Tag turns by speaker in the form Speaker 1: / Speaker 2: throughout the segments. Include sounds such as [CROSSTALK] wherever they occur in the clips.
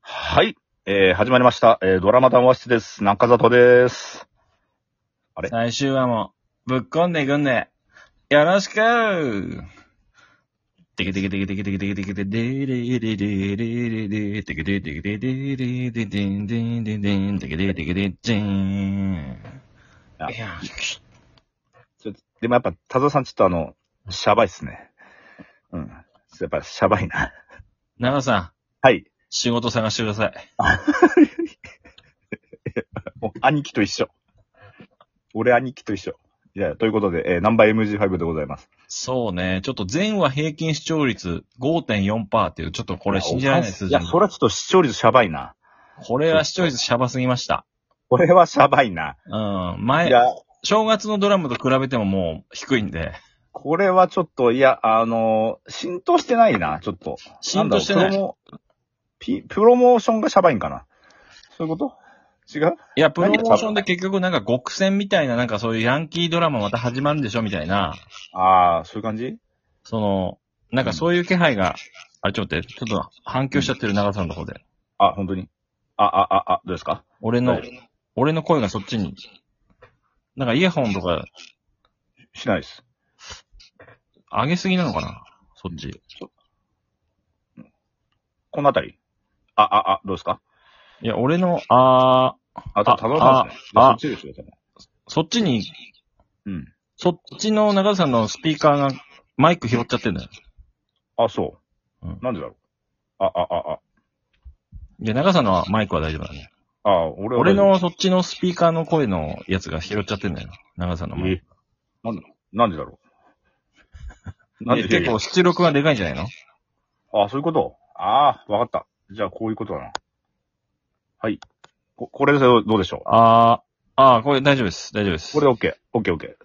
Speaker 1: はい。えー、始まりました。えー、ドラマ談話室です。中里です。え
Speaker 2: 最終話も、ぶっこんでいくんで、よろしくてけてけてけてけてけてけてけてでれれれれれれてけてけてけてれれれれでんでんでんでんてけてけてけてじーん。
Speaker 1: あ
Speaker 2: いや
Speaker 1: ちょでもやっぱ、田沢さんちょっとあの、シャバいっすね。うん。やっぱ、シャバいな。 [LAUGHS]
Speaker 2: 長さん、
Speaker 1: はい。
Speaker 2: 仕事探してください。
Speaker 1: もう、兄貴と一緒。俺兄貴と一緒。いや、ということで、えー、ナンバー MG5 でございます。
Speaker 2: そうね。ちょっと前話平均視聴率5.4%っていう、ちょっとこれ信じられない数
Speaker 1: い
Speaker 2: 字
Speaker 1: や、。それはちょっと視聴率シャバいな。
Speaker 2: これは視聴率シャバすぎました。
Speaker 1: これはシャバいな。
Speaker 2: うん。
Speaker 1: い
Speaker 2: 前、
Speaker 1: や、
Speaker 2: 正月のドラマと比べてももう低いんで。
Speaker 1: これはちょっと、いや、あのー浸透してないな、ちょっと。
Speaker 2: 浸透してなんい。
Speaker 1: だ
Speaker 2: い
Speaker 1: ろうプロモピプロモーションがシャバいんかな。そういうこと違う
Speaker 2: や、プロモーションで結局なんか極戦みたいな、なんかそういうヤンキードラマまた始まるんでしょみたいな、
Speaker 1: ああ、そういう感じ
Speaker 2: その、なんかそういう気配が、あれちょっと待って、ちょっと反響しちゃってる長さんの方で。
Speaker 1: あ、本当にあ、あ、あ、あ、どうですか
Speaker 2: 俺の
Speaker 1: は、
Speaker 2: 俺の声がそっちに。なんかイヤホンとか
Speaker 1: しないです。
Speaker 2: 上げすぎなのかなそっち。
Speaker 1: このあたりあ、あ、あ、どうですか
Speaker 2: いや、俺の、あ
Speaker 1: あ、た、
Speaker 2: あ
Speaker 1: たどさんですね。いや
Speaker 2: あ
Speaker 1: そっちですよ、多分
Speaker 2: ー、そっちに、
Speaker 1: うん。
Speaker 2: そっちの長さんのスピーカーがマイク拾っちゃってんだよ。
Speaker 1: あ、そう。
Speaker 2: うん
Speaker 1: なんでだろうあ、あ、あ、
Speaker 2: いや、長さんのマイクは大丈夫だね。
Speaker 1: あ、あ、俺は
Speaker 2: 俺、のそっちのスピーカーの声のやつが拾っちゃってんだよ。長さんのマイ
Speaker 1: え、
Speaker 2: ク。
Speaker 1: なんで、なんで
Speaker 2: [LAUGHS]
Speaker 1: だろうなん
Speaker 2: え
Speaker 1: で
Speaker 2: 結構出力がでかいんじゃないの
Speaker 1: あ、そういうことああ、わかった。じゃあ、こういうことだな。はい。ここれでどうでしょう
Speaker 2: ああ、ああ、これ大丈夫です。大丈夫です。
Speaker 1: これ、で OK。OK、OK。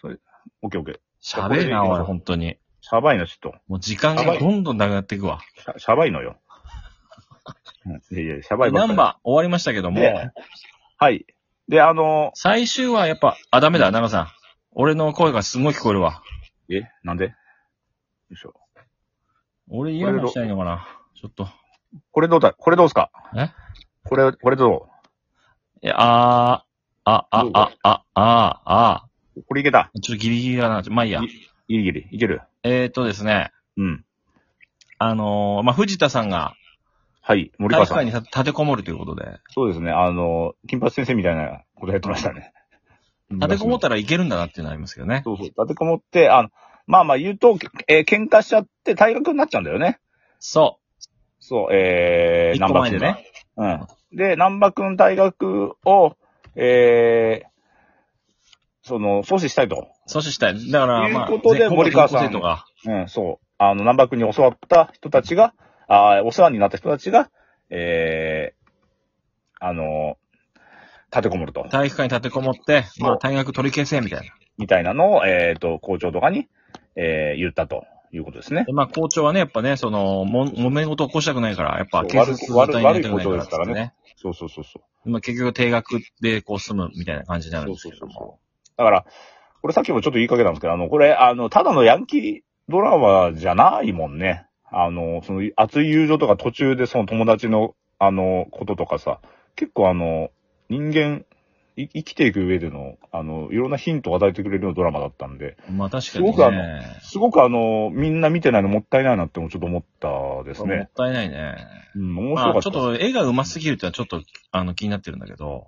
Speaker 1: それ、OK、OK。
Speaker 2: 喋るな、
Speaker 1: これ
Speaker 2: おい、本当に。
Speaker 1: シャバいの、ちょっと。
Speaker 2: もう時間
Speaker 1: やば
Speaker 2: が
Speaker 1: い
Speaker 2: どんどんなくなっていくわ。
Speaker 1: シャシャバいのよ。うんいやいや、シャバいばっ
Speaker 2: ナ
Speaker 1: かり
Speaker 2: ンバー終わりましたけども、
Speaker 1: ねはい。で、あの
Speaker 2: 最終はやっぱ、あ、ダメだ、長さん。俺の声がすごい聞こえるわ。
Speaker 1: ー、え、なんでよいしょ。
Speaker 2: 俺イヤホンしたいのかなちょっと。
Speaker 1: これどうだこれどうすか
Speaker 2: え
Speaker 1: これ、これど
Speaker 2: いや、あー、あ、あ、あ、あ、あ、あ
Speaker 1: うこれいけた
Speaker 2: ー、ちょっとギリギリかな。まあいいや。
Speaker 1: ギリギリ。いける
Speaker 2: えーっとですね、
Speaker 1: うん。
Speaker 2: あのー、まあ藤田さんが
Speaker 1: はい。森
Speaker 2: 体
Speaker 1: 川
Speaker 2: 育
Speaker 1: さ
Speaker 2: 館
Speaker 1: ん。
Speaker 2: に立てこもるということで、
Speaker 1: そうですね。あのー金八先生みたいなことやってましたね。。
Speaker 2: [LAUGHS] 立てこもったたらいけるんだなっていうのはありますけどね。
Speaker 1: そうそう。立てこもって、あの、まあまあ言うと、えー喧嘩しちゃって退学になっちゃうんだよね。
Speaker 2: そ
Speaker 1: そう、えー、
Speaker 2: う。一個前で
Speaker 1: 南波君が
Speaker 2: ね。
Speaker 1: うん。で、南波くん大学を、えー、その、阻止したいと。
Speaker 2: 阻止したい。だから、まあ、
Speaker 1: ということで
Speaker 2: ぜほぼ
Speaker 1: 森川さん
Speaker 2: 全校生徒が
Speaker 1: うん、そう。あの、南波くんに教わった人たちが、あーお世話になった人たちが、えー、あの、立てこもると。
Speaker 2: 体育館に立てこもって、
Speaker 1: そう
Speaker 2: まあ、退学取り消せ、みたいな。
Speaker 1: みたいなのを、えーと、校長とかに、えー、言ったということですね。
Speaker 2: で、まあ、校長はね、やっぱね、その、も、揉め事起こしたくないから、やっぱ、
Speaker 1: そう
Speaker 2: 警察
Speaker 1: 悪
Speaker 2: に
Speaker 1: い
Speaker 2: なりたくな
Speaker 1: 悪い
Speaker 2: いから
Speaker 1: 校長ですからね
Speaker 2: っつってね。
Speaker 1: そうそうそうそう。
Speaker 2: まあ、結局、定額で、こう、済む、みたいな感じになるん
Speaker 1: そうそ
Speaker 2: ですけ
Speaker 1: う
Speaker 2: ど
Speaker 1: そう
Speaker 2: も。
Speaker 1: そう。だから、これさっきもちょっと言いかけたんですけど、あの、これ、あの、ただのヤンキードラマじゃないもんね。あの、その、熱い友情とか途中でその友達の、あの、こととかさ、結構あの、人間、い生きていく上での、あの、いろんなヒントを与えてくれるようなドラマだったんで、
Speaker 2: まあ、確か
Speaker 1: す
Speaker 2: に
Speaker 1: ごくあ
Speaker 2: ね。
Speaker 1: すごくあの、みんな見てないのもったいないなってもちょっと思ったです
Speaker 2: もっ
Speaker 1: ね。
Speaker 2: たいないね。
Speaker 1: うん、面白
Speaker 2: ま
Speaker 1: か
Speaker 2: あ、
Speaker 1: っ
Speaker 2: ち
Speaker 1: た
Speaker 2: ょっ。と、絵が上手すぎるってのは、ちょっと、あの、気になってるんだけど。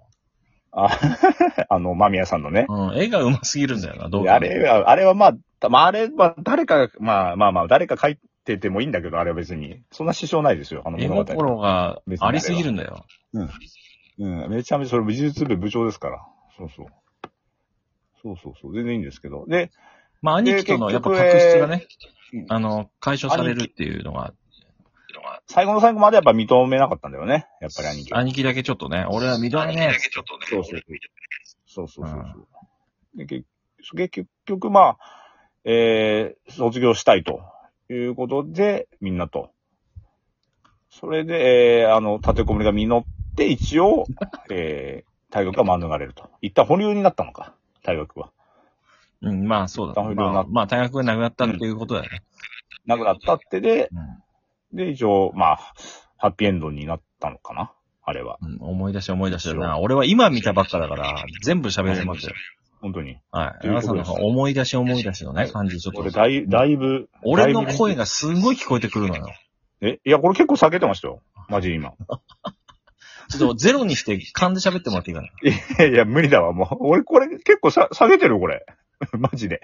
Speaker 1: あ [LAUGHS] あの、間宮さんのね。
Speaker 2: うん、絵が上手すぎるんだよな、どう
Speaker 1: いやあれは、あれはまあ、たまあ、あれは誰かが、まあまあまあ、誰か書いててもいいんだけど、あれは別に。そんな支障ないですよ、あの
Speaker 2: 絵
Speaker 1: 物語。
Speaker 2: 心がありすぎるんだよ。
Speaker 1: うん、めちゃめちゃ、それ、美術部部長ですから。そうそう。そうそうそう、全然いいんですけど。で、
Speaker 2: まあ、兄貴との、やっぱ、確執がね、あの、解消されるっていうのが、
Speaker 1: 最後の最後までやっぱ認めなかったんだよね、やっぱり兄貴は。
Speaker 2: 兄貴だけちょっとね、俺は緑ね。
Speaker 1: そうそう。そうそうそうそう。で結結結局、まあ、えー、卒業したいということで、みんなと。それで、えー、あの、立てこもりが実って、一応、 [LAUGHS] えー、大学は免れると。一旦保留になったのか、大学は。
Speaker 2: うん、まあそうだ。
Speaker 1: 大学
Speaker 2: ま
Speaker 1: がな
Speaker 2: あ、まあ、大学がなくなったっていうことだよね。
Speaker 1: なくなったってで、
Speaker 2: うん
Speaker 1: で、一応、まあ、ハッピーエンドになったのかなあれは。
Speaker 2: うん思い出して思い出してるな。俺は今見たばっかだから、全部喋れますよ。
Speaker 1: 本当に。
Speaker 2: はい。
Speaker 1: という
Speaker 2: 皆
Speaker 1: こと
Speaker 2: さん
Speaker 1: で
Speaker 2: の
Speaker 1: す
Speaker 2: 思い出し思い出しのね、感じ、ちょ
Speaker 1: 俺
Speaker 2: っと。
Speaker 1: だい、だいぶ。
Speaker 2: 俺の声
Speaker 1: が。
Speaker 2: がすごい聞こえてくるのよ。
Speaker 1: え、いや、これ結構避けてましたよ。マジで今。
Speaker 2: ちょっとゼロにして勘で喋ってもらっていいかな。
Speaker 1: [LAUGHS] いやいや、無理だわ、もう。俺、これ、結構さ、下げてるよ、これ。 [LAUGHS] マジで。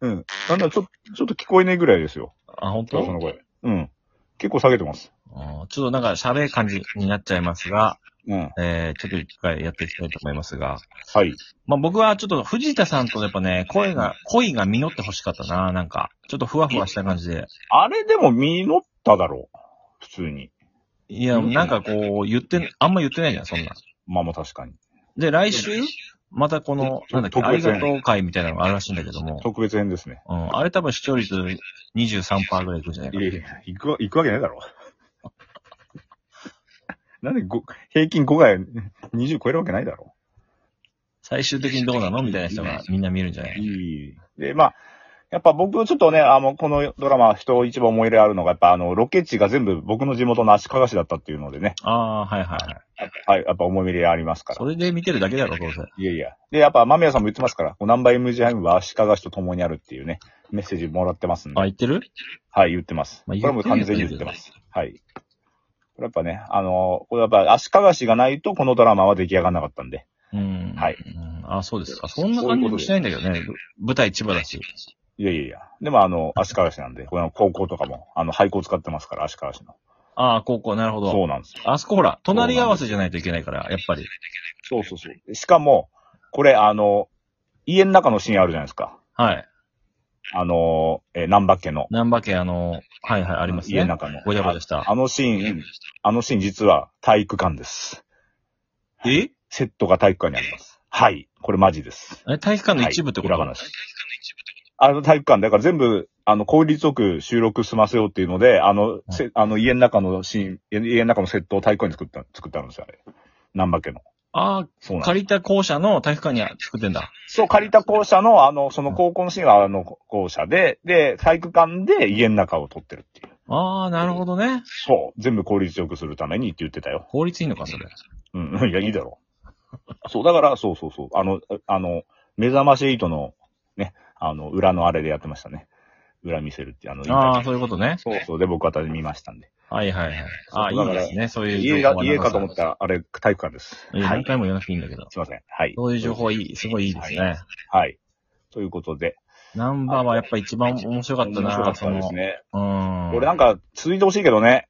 Speaker 1: うん。なんだ、ちょ、ちょっと聞こえねえぐらいですよ。
Speaker 2: あ、本
Speaker 1: そ
Speaker 2: 当？
Speaker 1: の声。うん。結構下げてます。
Speaker 2: あーちょっとなんか喋る感じになっちゃいますが、
Speaker 1: うん。
Speaker 2: えー、ちょっと一回やっていきたいと思いますが。
Speaker 1: はい。
Speaker 2: まあ僕はちょっと藤田さんとやっぱね、声が、恋が実ってほしかったな、なんか。ちょっとふわふわした感じで。
Speaker 1: あれでも実っただろう。普通に。
Speaker 2: いや、なんかこう、言って、あんま言ってないじゃん、そんな。
Speaker 1: まあもう確かに。
Speaker 2: で、来週、またこの、なんだっけ、
Speaker 1: 特
Speaker 2: あり
Speaker 1: 別
Speaker 2: がとう会みたいなのがあるらしいんだけども、
Speaker 1: 特別編ですね。
Speaker 2: うん、あれ多分視聴率23%ぐらいいくんじゃない
Speaker 1: い
Speaker 2: か
Speaker 1: やいや、行くわ、行くわけないだろ。 [LAUGHS] なんでご平均5回20超えるわけないだろ。
Speaker 2: 最終的にどうなのみたいな人がみんな見るんじゃない
Speaker 1: いい。で、まあ、やっぱ僕ちょっとね、あの、このドラマ、人一番思い入れあるのが、やっぱあの、ロケ地が全部僕の地元の足利市だったっていうのでね、
Speaker 2: ああー、はいはいはい。
Speaker 1: はい、やっぱ思い入れありますから
Speaker 2: そ。れで見てるだけだろ、どうせ。
Speaker 1: いやいや。で、やっぱ、間宮さんも言ってますから、こうナンバー MG ハイムは足利市と共にあるっていうね、メッセージもらってますんで。
Speaker 2: あ、言ってる
Speaker 1: はい、言ってます。
Speaker 2: まあ
Speaker 1: これも完全に言ってます。はい。これやっぱね、あのーこれやっぱ足利市がないとこのドラマは出来上がらなかったんで。
Speaker 2: うん。
Speaker 1: はい
Speaker 2: うん。あ、そうですか。そんな感じもしないんだけどね。舞台千葉だし。
Speaker 1: いやいやいや。でもあの、足利市なんで、この高校とかも、あの、廃校使ってますから、足利市の。
Speaker 2: ああ、高校、なるほ
Speaker 1: そ
Speaker 2: ど。
Speaker 1: うなんですよ。
Speaker 2: あそこほら、隣り合わせじゃないといけないから、やっぱり。
Speaker 1: そうそうそう。しかも、これあの、家の中のシーンあるじゃないですか。
Speaker 2: はい。
Speaker 1: あのー、えー、南波家の。
Speaker 2: 難波家、あの、はいはい、ありますね。
Speaker 1: 家の中の。
Speaker 2: ごちゃごちゃした
Speaker 1: ああのシーン、あのシーン実は体育館です。
Speaker 2: え
Speaker 1: セットが体育館にあります。はい。これマジです。
Speaker 2: え体育館の一部ってこと
Speaker 1: はい裏話。あの体育館、だから全部、あの、効率よく収録済ませようっていうので、あの、せあの、家の中のシーン、家の中のセットを体育館に作った、作ってあるんですよ、あれ。南波家の。
Speaker 2: あ
Speaker 1: そうなん
Speaker 2: あ、
Speaker 1: です。
Speaker 2: 借りた校舎の体育館には作ってんだ。
Speaker 1: そう、借りた校舎の、あの、その高校のシーンは、あの、校舎で、で、体育館で家の中を撮ってるっていう。
Speaker 2: ああ、なるほどね。
Speaker 1: そう。全部効率よくするためにって言ってたよ。
Speaker 2: 法律いいのか、それ。
Speaker 1: うん。 [LAUGHS] いや、いいだろう。そう、だから、そうそうそう。あの、あの、目覚まし8の、ね、あの、裏のあれでやってましたね。裏見せるって、あの、インタビュー
Speaker 2: ああ、そういうことね。
Speaker 1: そうそう。で、僕は私見ましたんで。
Speaker 2: はいはいはい。ああ、い
Speaker 1: そう
Speaker 2: い
Speaker 1: だから
Speaker 2: ですね。そういう
Speaker 1: 家
Speaker 2: 情
Speaker 1: が
Speaker 2: 報、は
Speaker 1: 家かと思ったら、あれ、体育館です。
Speaker 2: いや
Speaker 1: は
Speaker 2: 何
Speaker 1: い。
Speaker 2: 回も言わなくていいんだけど。
Speaker 1: すいません。はい。
Speaker 2: そういう情報いい、すごいいいですね。
Speaker 1: はい。ということで。
Speaker 2: ナンバーはやっぱ一番面白かった
Speaker 1: 面白か
Speaker 2: な、
Speaker 1: った
Speaker 2: そ
Speaker 1: で
Speaker 2: の
Speaker 1: す。ね。
Speaker 2: うん。
Speaker 1: 俺なんか、続いてほしいけどね。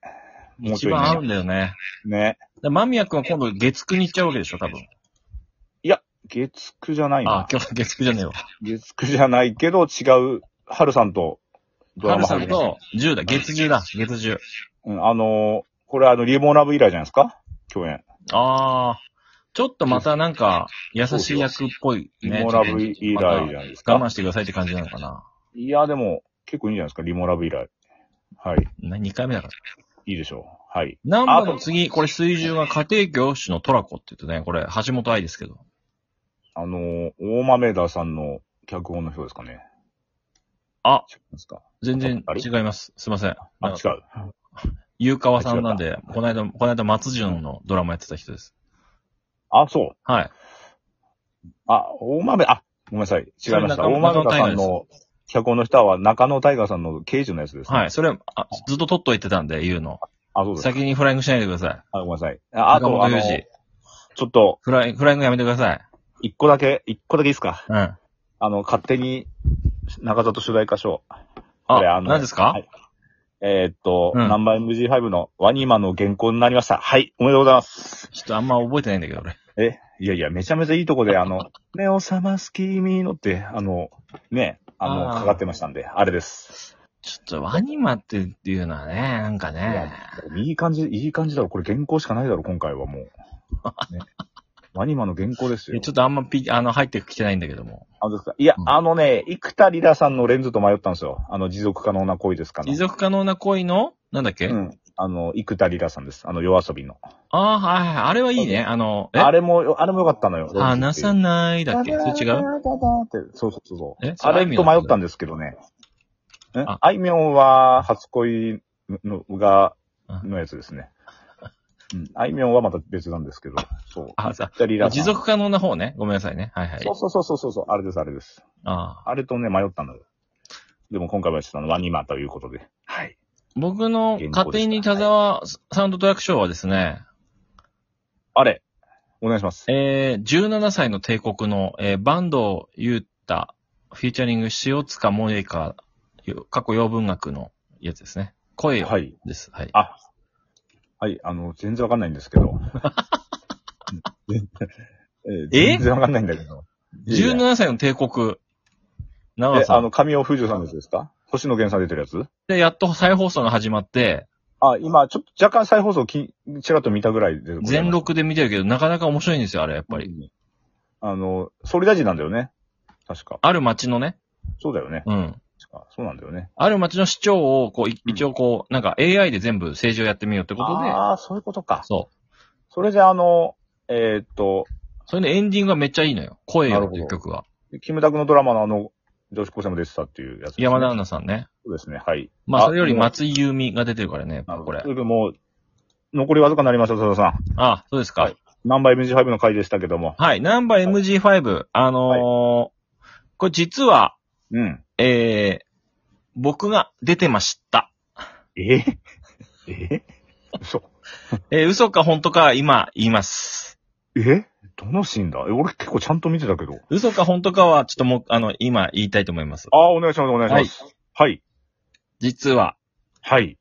Speaker 1: もうち
Speaker 2: 一
Speaker 1: ょい
Speaker 2: 番合う
Speaker 1: ね。
Speaker 2: んだよね。
Speaker 1: ね。
Speaker 2: で間宮君は今度月9に行っちゃうわけでしょ、多分。
Speaker 1: 月9じゃない
Speaker 2: あ
Speaker 1: な
Speaker 2: あ、。今日月9じゃねえわ。
Speaker 1: 月9じゃないけど、違う、春さんと、ドラ
Speaker 2: 春
Speaker 1: マ
Speaker 2: さん
Speaker 1: 始め
Speaker 2: と10だ、月10だ、月10。
Speaker 1: うん、あのーこれあの、リボーラブ以来じゃないですか共演。
Speaker 2: ああ、ちょっとまたなんか、優しい役っぽい
Speaker 1: リ
Speaker 2: ね。
Speaker 1: モラブ以来じゃないですか
Speaker 2: 我慢してくださいって感じなのかな。
Speaker 1: いや、でも、結構いいんじゃないですかリモラブ以来。はい。
Speaker 2: な2回目だから。
Speaker 1: いいでしょう。はい。
Speaker 2: ナンバーの次、これ水準は家庭教師のトラコって言ってね、これ橋本愛ですけど。
Speaker 1: あのー大豆田さんの脚本の人ですかね。
Speaker 2: あ
Speaker 1: 違いますか
Speaker 2: 全然違います。すいません。
Speaker 1: あ、
Speaker 2: なん
Speaker 1: 違
Speaker 2: か
Speaker 1: う。
Speaker 2: ゆうかわさんなんで、この間、この間松潤のドラマやってた人です。
Speaker 1: あ、そう。
Speaker 2: はい。
Speaker 1: あ、大豆、あ、ごめんなさい。違い
Speaker 2: それ
Speaker 1: ました。
Speaker 2: 中
Speaker 1: 大豆
Speaker 2: 野
Speaker 1: 田さん
Speaker 2: 中野大河
Speaker 1: の脚本の人は中野大河さんの刑事のやつですね。
Speaker 2: はい。。それ、あずっと取っといてたんで、言うの。
Speaker 1: あ、そうです。
Speaker 2: 先にフライングしないでください。
Speaker 1: あ、ごめんなさい。ああ
Speaker 2: 坂
Speaker 1: と、
Speaker 2: 本
Speaker 1: あの、
Speaker 2: 龍
Speaker 1: ち
Speaker 2: 二
Speaker 1: ょっと、
Speaker 2: フライ、フライングやめてください。
Speaker 1: 一個だけ、一個だけいいですか
Speaker 2: うん。あ、
Speaker 1: あの、勝手に、中里主題歌賞。これあの
Speaker 2: 何ですか
Speaker 1: はいえーっと、
Speaker 2: うん
Speaker 1: ナンバー MG5 のワニーマンの原稿になりました。はい、おめでとうございます。
Speaker 2: ちょっとあんま覚えてないんだけど、俺。
Speaker 1: え、いやいや、めちゃめちゃいいとこで、あの、目を覚ます君のって、あの、ね、あの、
Speaker 2: あー
Speaker 1: かかってましたんで、あれです。
Speaker 2: ちょっとワニマっていうのはね、なんか
Speaker 1: いや
Speaker 2: ね。、
Speaker 1: いい感じ、いい感じだろ。これ原稿しかないだろ、今回はも
Speaker 2: [LAUGHS]
Speaker 1: う。ね、ワニーマンの原稿ですよ。
Speaker 2: ちょっとあんまピ、あの、入ってきてないんだけども。
Speaker 1: あのですかいや、
Speaker 2: うん
Speaker 1: あのね、生田リラさんのレンズと迷ったんですよ。あの、持続可能な恋ですかね。
Speaker 2: 持続可能な恋の、なんだっけ、
Speaker 1: うん。あの、生田リラさんです。あの、夜遊びの。
Speaker 2: ああ、はいはい。あれはいいね。あの、え
Speaker 1: あれも、あれもよかったのよ。
Speaker 2: 話さないだっけそれ違う
Speaker 1: うそうそうそう。
Speaker 2: え
Speaker 1: あれと迷ったんですけどね。え
Speaker 2: あ
Speaker 1: あいみょんは、初恋のが
Speaker 2: う、ん
Speaker 1: のやつですね。
Speaker 2: うん
Speaker 1: あいみょんはまた別なんですけど、そう。
Speaker 2: あ、さ、
Speaker 1: 二人ラ
Speaker 2: 持続可能な方ね。ごめんなさいね。はいはい
Speaker 1: そ。うそうそうそうそう、あれです、あれです。
Speaker 2: ああ
Speaker 1: あれとね、迷ったんだけど。でも今回はちょっとあのワニマということで。はい。
Speaker 2: 僕の勝手に田沢サウンドトラック賞はですね、
Speaker 1: あれ、お願いします。
Speaker 2: えー、17歳の帝国の、えー、バンドユータ、フィーチャリング塩塚萌えか、過去洋文学のやつですね。声を
Speaker 1: はい。
Speaker 2: です。はい。
Speaker 1: あ、はい、あの、全然わかんないんですけ
Speaker 2: [LAUGHS]
Speaker 1: ど。全然え全然わかんないんだけど。いやいや
Speaker 2: 17歳の帝国、長
Speaker 1: え、
Speaker 2: さ
Speaker 1: あ
Speaker 2: ん。
Speaker 1: の、神尾富士さんのやつですか星野源さん出てるやつ
Speaker 2: で、やっと再放送が始まって、
Speaker 1: あ、今、ちょっと若干再放送き、ちらっと見たぐらいで。
Speaker 2: 全録で見てるけど、なかなか面白いんですよ、あれ、やっぱり。
Speaker 1: り。あの、総理大臣なんだよね。確か。
Speaker 2: ある町のね、
Speaker 1: そうだよね。
Speaker 2: うん。
Speaker 1: 確かそうなんだよね。
Speaker 2: ある町の市長を、こう、い
Speaker 1: うん
Speaker 2: 一応こう、なんか AI で全部政治をやってみようってことで、
Speaker 1: ああ、そういうことか。
Speaker 2: そ
Speaker 1: それじゃあ、あの、えーっと、
Speaker 2: う。それでエンディングがめっちゃいいのよ。声
Speaker 1: な
Speaker 2: よ
Speaker 1: る
Speaker 2: っ
Speaker 1: ほ
Speaker 2: て
Speaker 1: ど
Speaker 2: いう曲が。
Speaker 1: キムタクのドラマのあの、女子高生も出てたっていうやつですね、
Speaker 2: 山田アンナさんね。
Speaker 1: そうですね、はい。
Speaker 2: まあ、それより
Speaker 1: もう
Speaker 2: 松井優美が出てるからね、やっぱこれ
Speaker 1: と。いうことでもう、残りわずかになりました、佐藤さん。
Speaker 2: あ、そうです
Speaker 1: は
Speaker 2: か
Speaker 1: い。ナンバー MG5 の回でしたけども。
Speaker 2: はい、ナンバー MG5。あのーこれ実は、
Speaker 1: うん。
Speaker 2: えー、僕が出てました。
Speaker 1: え [LAUGHS] え嘘。
Speaker 2: えー、嘘か本当か今言います。
Speaker 1: えどのシーンだえ、俺結構ちゃんと見てたけど。
Speaker 2: 嘘か本当かは、ちょっともう、あの、今言いたいと思います。
Speaker 1: ああ、お願いします、お願いします。はい。
Speaker 2: 実は、
Speaker 1: はい。